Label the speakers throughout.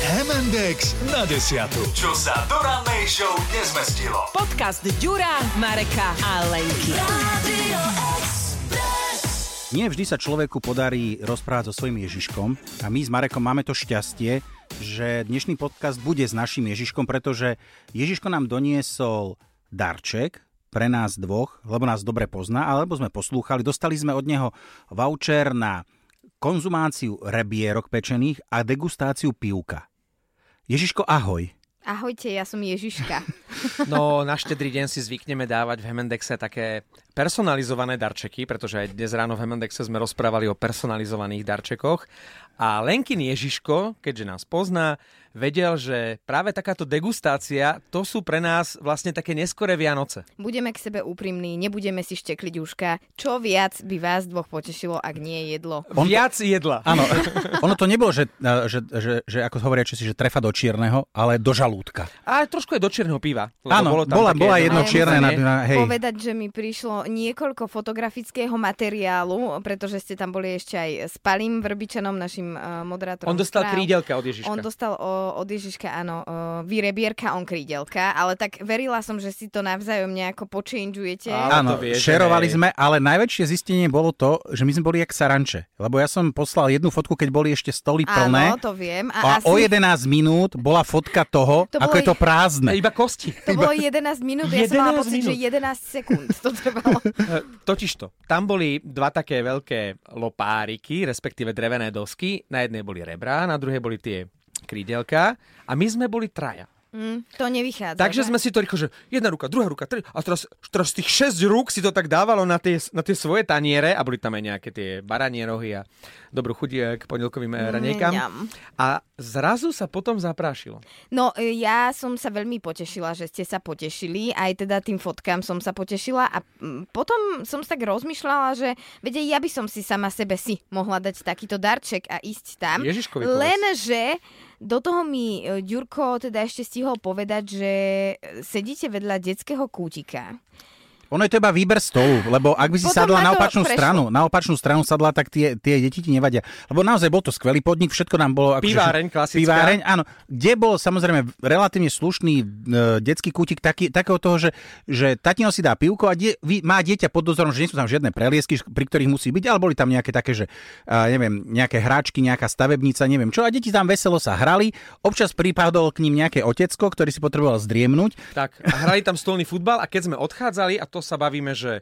Speaker 1: Index na desiatu.
Speaker 2: Čo sa do rannej show nezmestilo.
Speaker 3: Podcast Ďura, Mareka a Lenky.
Speaker 4: Nie vždy sa človeku podarí rozprávať so svojím Ježiškom a my s Marekom máme to šťastie, že dnešný podcast bude s našim Ježiškom, pretože Ježiško nám doniesol darček pre nás dvoch, lebo nás dobre pozná, alebo sme poslúchali. Dostali sme od neho voucher na konzumáciu rebierok pečených a degustáciu pivka. Ježiško, ahoj.
Speaker 5: Ahojte, ja som Ježiška.
Speaker 6: No, na štedrý deň si zvykneme dávať v Hemendexe také personalizované darčeky, pretože aj dnes ráno v Hemendexe sme rozprávali o personalizovaných darčekoch. A Lenkin Ježiško, keďže nás pozná, vedel, že práve takáto degustácia, to sú pre nás vlastne také neskoré Vianoce.
Speaker 5: Budeme k sebe úprimní, nebudeme si štekliť uška. Čo viac by vás dvoch potešilo, ak nie jedlo?
Speaker 4: On-
Speaker 6: Viac jedla.
Speaker 4: Áno, ono to nebolo, že, že, že, že ako hovoria Česi, že trefa do čierneho, ale do žalúdka.
Speaker 6: A trošku aj do čierneho piva. lebo
Speaker 4: Áno,
Speaker 6: bolo tam
Speaker 4: bola,
Speaker 6: také
Speaker 4: bola jedno
Speaker 5: Ale
Speaker 4: čierne na,
Speaker 6: rozanie.
Speaker 4: na hej.
Speaker 5: Povedať, že mi prišlo niekoľko fotografického materiálu, pretože ste tam boli ešte aj s Palím Vrbičanom, našim uh, moderátorom.
Speaker 6: On dostal
Speaker 5: správ.
Speaker 6: krídelka od Ježiška.
Speaker 5: On dostal o, od Ježiška, áno, o, vyrebierka, on krídelka, ale tak verila som, že si to navzájom nejako počinžujete.
Speaker 6: Ale
Speaker 4: Áno,
Speaker 6: to vieš, že
Speaker 4: šerovali
Speaker 6: hej.
Speaker 4: sme, ale najväčšie zistenie bolo to, že my sme boli jak saranče. Lebo ja som poslal jednu fotku, keď boli ešte stoly plné.
Speaker 5: Áno, to viem.
Speaker 4: a
Speaker 5: A, asi...
Speaker 4: o 11 minút bola fotka toho,
Speaker 5: To
Speaker 4: ako
Speaker 5: bolo
Speaker 4: je to
Speaker 5: ich-
Speaker 4: prázdne.
Speaker 6: Iba kosti.
Speaker 5: To bolo 11 minút, ja som mala
Speaker 6: 11
Speaker 5: pocit, že
Speaker 6: minút.
Speaker 5: 11 sekúnd to trvalo.
Speaker 6: E, Totižto, tam boli dva také veľké lopáriky, respektíve drevené dosky. Na jednej boli rebrá, na druhej boli tie krídelka a my sme boli traja.
Speaker 5: Mm, to nevychádza.
Speaker 6: Takže
Speaker 5: že?
Speaker 6: sme si to rýchlo, že jedna ruka, druhá ruka, tri, a teraz, teraz z tých šesť rúk si to tak dávalo na tie, na tie svoje taniere a boli tam aj nejaké tie baranie rohy a dobrú chuť e, k pondelkovým e, ranejkám.
Speaker 5: Mňam.
Speaker 6: A zrazu sa potom zaprášilo.
Speaker 5: No e, ja som sa veľmi potešila, že ste sa potešili, aj teda tým fotkám som sa potešila a mm, potom som sa tak rozmýšľala, že vede, ja by som si sama sebe si mohla dať takýto darček a ísť tam.
Speaker 6: Ježiškovi povedz.
Speaker 5: Lenže do toho mi e, Ďurko teda ešte stihol povedať, že e, sedíte vedľa detského kútika.
Speaker 4: Ono je to iba výber stolu, lebo ak by si
Speaker 5: Potom
Speaker 4: sadla
Speaker 5: ma
Speaker 4: na
Speaker 5: to
Speaker 4: opačnú
Speaker 5: prešlo.
Speaker 4: stranu, na opačnú stranu sadla, tak tie, tie deti ti nevadia. Lebo naozaj bol to skvelý podnik, všetko nám bolo... Ako
Speaker 6: Piváreň klasická.
Speaker 4: Piváreň, áno. Kde bol samozrejme relatívne slušný e, detský kútik taký, takého toho, že, že tatino si dá pivko a die, vy, má dieťa pod dozorom, že nie sú tam žiadne preliesky, pri ktorých musí byť, ale boli tam nejaké také, že a, neviem, nejaké hráčky, nejaká stavebnica, neviem čo. A deti tam veselo sa hrali. Občas prípadol k ním nejaké otecko, ktorý si potreboval zdriemnúť.
Speaker 6: Tak, a hrali tam stolný futbal a keď sme odchádzali, a to sa bavíme, že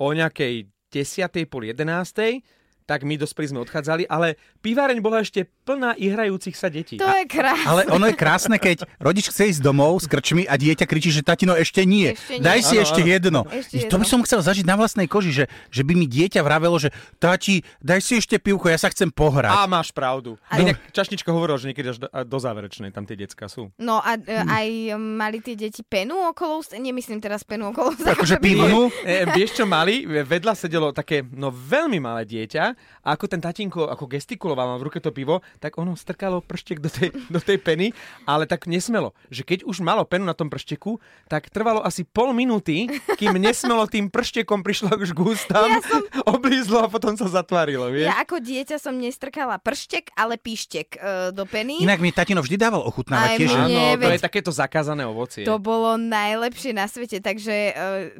Speaker 6: o nejakej 10. pol 11. tak my dospelí sme odchádzali, ale piváreň bola ešte plná i hrajúcich sa detí.
Speaker 5: To je krásne.
Speaker 4: Ale ono je krásne, keď rodič chce ísť domov s krčmi a dieťa kričí, že tatino ešte nie.
Speaker 5: Ešte nie.
Speaker 4: Daj si
Speaker 6: Áno,
Speaker 4: ešte
Speaker 6: áno.
Speaker 4: jedno.
Speaker 5: Ešte
Speaker 4: To by
Speaker 5: jedno.
Speaker 4: som chcel zažiť na vlastnej koži, že, že by mi dieťa vravelo, že tati, daj si ešte pivko, ja sa chcem pohrať.
Speaker 6: A máš pravdu. A inak Čašnička hovorila, že niekedy až do, do záverečnej tam tie decka sú.
Speaker 5: No a e, aj mali tie deti penu okolo úst, nemyslím teraz penu okolo úst.
Speaker 4: Akože
Speaker 5: by-
Speaker 4: pivo. Vlnu?
Speaker 6: E, vieš, čo mali? Vedľa sedelo také, no veľmi malé dieťa a ako ten tatinko, ako gestikuloval, mal v ruke to pivo, tak ono strkalo prštek do tej, do tej peny, ale tak nesmelo, že keď už malo penu na tom pršteku, tak trvalo asi pol minúty, kým nesmelo tým prštekom prišlo už k ústam, ja som... oblízlo a potom sa zatvárilo, vieš?
Speaker 5: Ja ako dieťa som nestrkala prštek, ale píštek e, do peny.
Speaker 4: Inak mi tatino vždy dával ochutnávať
Speaker 5: Aj
Speaker 4: tiež.
Speaker 5: mne.
Speaker 4: že-
Speaker 5: Nie,
Speaker 6: Áno, to
Speaker 5: veď-
Speaker 6: je takéto zakázané ovocie.
Speaker 5: To bolo najlepšie na svete, takže e,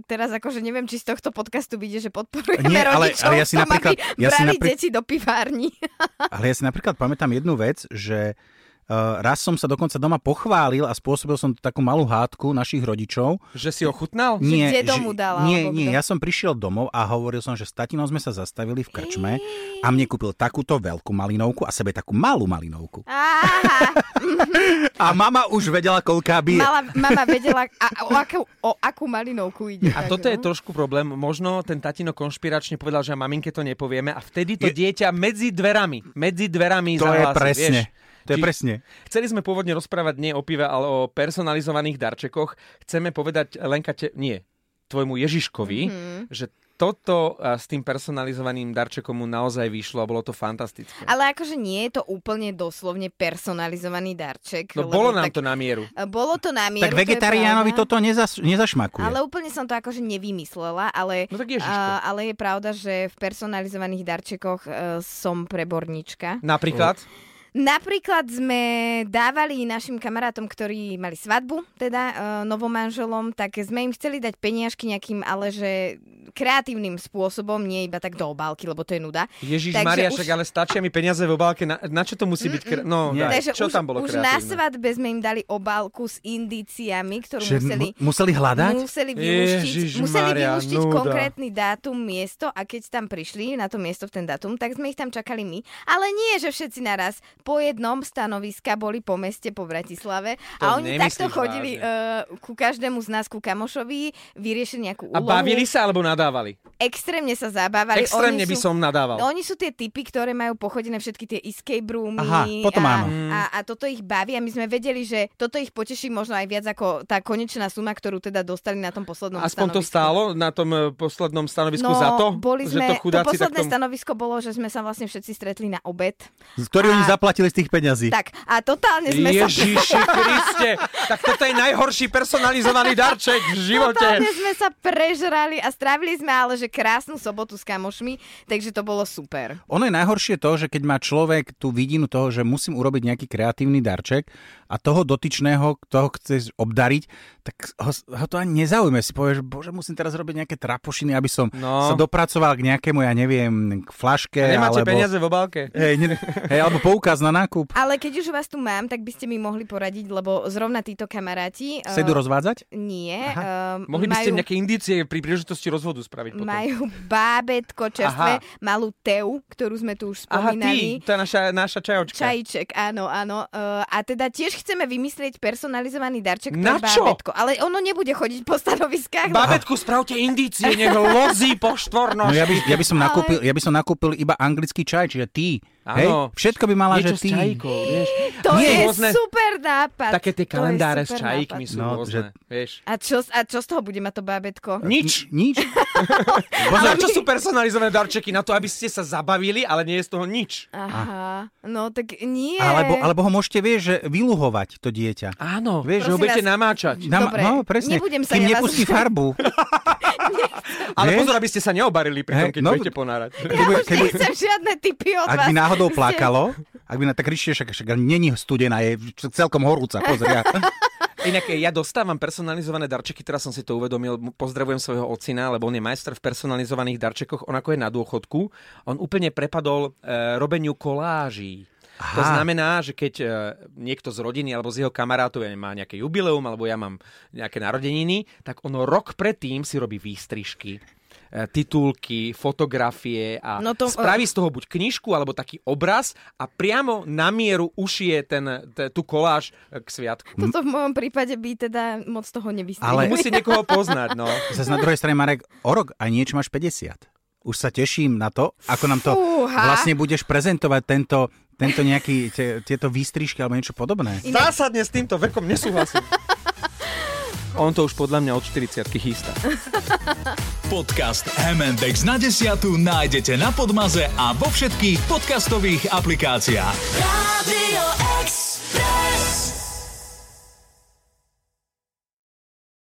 Speaker 5: teraz akože neviem, či z tohto podcastu vidíte, že podporujeme
Speaker 4: Nie, ale-
Speaker 5: rodičov
Speaker 4: ale ja si
Speaker 5: v tom, aby
Speaker 4: napríklad- ja si
Speaker 5: brali
Speaker 4: napríklad-
Speaker 5: deti do pivárni.
Speaker 4: Ale ja si napríklad pamätám jednu vec, že eh, raz som sa dokonca doma pochválil a spôsobil som takú malú hádku našich rodičov,
Speaker 6: Že si ochutnal?
Speaker 5: kde domu dala,
Speaker 4: Nie,
Speaker 5: alebo
Speaker 4: nie,
Speaker 5: kto?
Speaker 4: ja som prišiel domov a hovoril som, že s tatinou sme sa zastavili v krčme a mne kúpil takúto veľkú malinovku a sebe takú malú malinovku.
Speaker 5: Aha,
Speaker 4: A mama už vedela, koľká by je.
Speaker 5: mala, mama vedela, a, a o, akú, o akú malinovku ide.
Speaker 6: A
Speaker 5: tak,
Speaker 6: toto je
Speaker 5: no.
Speaker 6: trošku problém. Možno ten tatino konšpiračne povedal, že maminke to nepovieme a vtedy to dieťa medzi dverami, medzi dverami
Speaker 4: To je
Speaker 6: zahlási,
Speaker 4: presne.
Speaker 6: Vieš?
Speaker 4: To je
Speaker 6: Či-
Speaker 4: presne.
Speaker 6: Chceli sme pôvodne rozprávať nie o pive, ale o personalizovaných darčekoch. Chceme povedať Lenka, te, nie, tvojmu Ježiškovi,
Speaker 5: Mhm.
Speaker 6: že toto a, s tým personalizovaným darčekom mu naozaj vyšlo a bolo to fantastické.
Speaker 5: Ale akože nie je to úplne doslovne personalizovaný darček.
Speaker 6: No
Speaker 5: lebo
Speaker 6: bolo nám
Speaker 5: tak-
Speaker 6: to na mieru.
Speaker 5: E, Bolo to na mieru,
Speaker 4: Tak
Speaker 5: to je
Speaker 4: vegetariánovi
Speaker 5: pravda.
Speaker 4: toto nezaš, nezašmakuje.
Speaker 5: Ale úplne som to akože nevymyslela, ale,
Speaker 6: No tak Ježiško.
Speaker 5: a, ale je pravda, že v personalizovaných darčekoch e, som eh, prebornička.
Speaker 6: Napríklad,
Speaker 5: Napríklad sme dávali našim kamarátom, ktorí mali svadbu, teda e, novomanželom, tak sme im chceli dať peniažky nejakým, ale že kreatívnym spôsobom, nie iba tak do obálky, lebo to je nuda.
Speaker 6: Ježiš
Speaker 5: Takže
Speaker 6: Maria,
Speaker 5: už-
Speaker 6: však ale stačia mi peniaze v obálke, na, na čo to musí byť? Kre... No,
Speaker 4: Nie.
Speaker 6: daj,
Speaker 5: Takže
Speaker 6: čo
Speaker 5: už,
Speaker 6: tam bolo
Speaker 5: už na
Speaker 6: kreatívne?
Speaker 5: svadbe sme im dali obálku s indíciami, ktorú
Speaker 4: Že
Speaker 5: museli...
Speaker 4: mu- museli hľadať?
Speaker 5: Museli vylúštiť,
Speaker 6: Ježiš
Speaker 5: museli
Speaker 6: Maria,
Speaker 5: vylúštiť
Speaker 6: nuda.
Speaker 5: konkrétny dátum, miesto a keď tam prišli na to miesto v ten dátum, tak sme ich tam čakali my. Ale nie, že všetci naraz. Po jednom stanoviska boli po meste, po Bratislave a
Speaker 6: To
Speaker 5: oni
Speaker 6: nemyslíš
Speaker 5: takto chodili uh, ku každému z nás, ku kamošovi, vyriešili nejakú
Speaker 6: A
Speaker 5: úlohu.
Speaker 6: bavili sa alebo nadávali?
Speaker 5: Extrémne sa zabávali. oni
Speaker 6: Extrémne by
Speaker 5: sú... No,
Speaker 6: som nadával.
Speaker 5: Oni sú tie typy, ktoré majú pochodené všetky tie escape roomy.
Speaker 4: Aha, potom
Speaker 5: a,
Speaker 4: áno.
Speaker 5: A, a toto ich baví a my sme vedeli, že toto ich poteší možno aj viac ako tá konečná suma, ktorú teda dostali na tom poslednom
Speaker 6: Aspoň to
Speaker 5: stanovisku.
Speaker 6: stálo na tom eh, poslednom stanovisku
Speaker 5: No,
Speaker 6: za to?
Speaker 5: boli
Speaker 6: že
Speaker 5: sme,
Speaker 6: to chudáci
Speaker 5: posledné
Speaker 6: takto...
Speaker 5: stanovisko bolo, že sme sa vlastne všetci stretli na obed.
Speaker 4: Ktorý oni
Speaker 5: A-
Speaker 4: zaplatili z tých peňazí.
Speaker 5: Tak, a totálne sme sa...
Speaker 6: Ježiši Kriste, tak toto je najhorší personalizovaný darček v živote.
Speaker 5: Totálne sme sa prežrali a strávili sme ale že krásnu sobotu s kamošmi, takže to bolo super.
Speaker 4: Ono je najhoršie to, že keď má človek tú vidinu toho, že musím urobiť nejaký kreatívny darček a toho dotyčného, toho chceš obdariť, tak ho, ho to ani nezaujme. Si povieš, bože, musím teraz robiť nejaké trapošiny, aby som
Speaker 6: No.
Speaker 4: no. sa dopracoval k nejakému, ja neviem, k flaške.
Speaker 6: Nemáte
Speaker 4: alebo,
Speaker 6: peniaze v obálke?
Speaker 4: Hej, ne, hej, alebo poukaz na nákup.
Speaker 5: Ale keď už vás tu mám, tak by ste mi mohli poradiť, lebo zrovna títo kamaráti... eh,
Speaker 4: Sa idú rozvádzať?
Speaker 5: Nie. Um,
Speaker 6: Mohli by
Speaker 5: majú,
Speaker 6: ste im nejaké indície pri príležitosti rozvodu spraviť potom.
Speaker 5: Majú bábetko čerstvé,
Speaker 6: Aha.
Speaker 5: malú teu, ktorú sme tu už
Speaker 6: Aha, ty,
Speaker 5: spomínali.
Speaker 6: to je naša, naša čajočka.
Speaker 5: Čajček, áno, áno. Uh, a teda tiež chceme vymyslieť personalizovaný darček
Speaker 6: Na
Speaker 5: pre
Speaker 6: čo?
Speaker 5: bábetko. Ale ono nebude chodiť po stanoviskách. no.
Speaker 6: Babetku, spravte indície, nech lozí po štvornož.
Speaker 4: No ja by, ja, by som
Speaker 5: Ale-
Speaker 4: nakúpil, ja by som nakúpil iba anglický čaj, čiže ty. Hej,
Speaker 6: Áno.
Speaker 4: všetko by mala,
Speaker 6: Niečo
Speaker 4: že ty.
Speaker 6: s čajkou, vieš.
Speaker 5: to je
Speaker 6: Rôzne-
Speaker 5: super nápad.
Speaker 6: Také tie
Speaker 5: To je
Speaker 6: kalendáre s
Speaker 5: super
Speaker 6: čajíkmi
Speaker 5: nápad.
Speaker 6: sú
Speaker 4: No,
Speaker 6: rôzne, vieš.
Speaker 5: A čo, a čo z toho bude mať to bábetko?
Speaker 6: Nič.
Speaker 4: Nič.
Speaker 6: Pozor, čo sú personalizované darčeky na to, aby ste sa zabavili, ale nie je z toho nič.
Speaker 5: Aha, no tak nie.
Speaker 4: Alebo, alebo ho môžete, vieš, že vyluhovať to dieťa. Vieš,
Speaker 6: Áno, vieš, že ho
Speaker 5: Prosím
Speaker 6: budete
Speaker 5: vás.
Speaker 6: namáčať.
Speaker 4: Dám-
Speaker 5: Dobre,
Speaker 4: no, presne.
Speaker 5: nebudem sa
Speaker 4: Kým
Speaker 5: ja vás-
Speaker 4: nepustí farbu.
Speaker 6: Ale
Speaker 4: Vieš?
Speaker 6: pozor, aby ste sa neobarili pri tom,
Speaker 4: Hej,
Speaker 6: keď
Speaker 4: no,
Speaker 6: budete ponárať.
Speaker 5: Ja už nechcem žiadne typy od
Speaker 4: ak
Speaker 5: vás.
Speaker 4: by náhodou
Speaker 5: Ste-
Speaker 4: plakalo, ak by na tak kričte, však, však není studená, je celkom horúca, pozri. Ja.
Speaker 6: Inak ja dostávam personalizované darčeky, teraz som si to uvedomil, pozdravujem svojho ocina, lebo on je majster v personalizovaných darčekoch, on ako je na dôchodku, on úplne prepadol e, robeniu koláží. Aha. To
Speaker 4: Aha.
Speaker 6: znamená, že keď e, niekto z rodiny alebo z jeho kamarátov ja neviem, má nejaké jubileum alebo ja mám nejaké narodeniny, tak on rok predtým si robí výstrižky e, titulky, fotografie a
Speaker 5: No
Speaker 6: no
Speaker 5: to-
Speaker 6: to, spraví z toho buď knižku alebo taký obraz a priamo na mieru ušije ten, t- tú koláž e, k sviatku.
Speaker 5: Toto v mojom prípade by teda moc toho
Speaker 4: Ale-
Speaker 5: nevystrihli.
Speaker 6: Ale... Musí niekoho poznať, no.
Speaker 4: Zas na druhej strane, Marek, o rok a niečo máš 50. Už sa teším na to, ako nám to
Speaker 5: Fúha.
Speaker 4: vlastne budeš prezentovať tento, tento nejaký, te, tieto výstrižky alebo niečo podobné.
Speaker 6: Zásadne s týmto vekom nesúhlasím. On to už podľa mňa od 40 chystá.
Speaker 1: Podcast MNDX na desiatu nájdete na Podmaze a vo všetkých podcastových aplikáciách.
Speaker 7: Radio Express.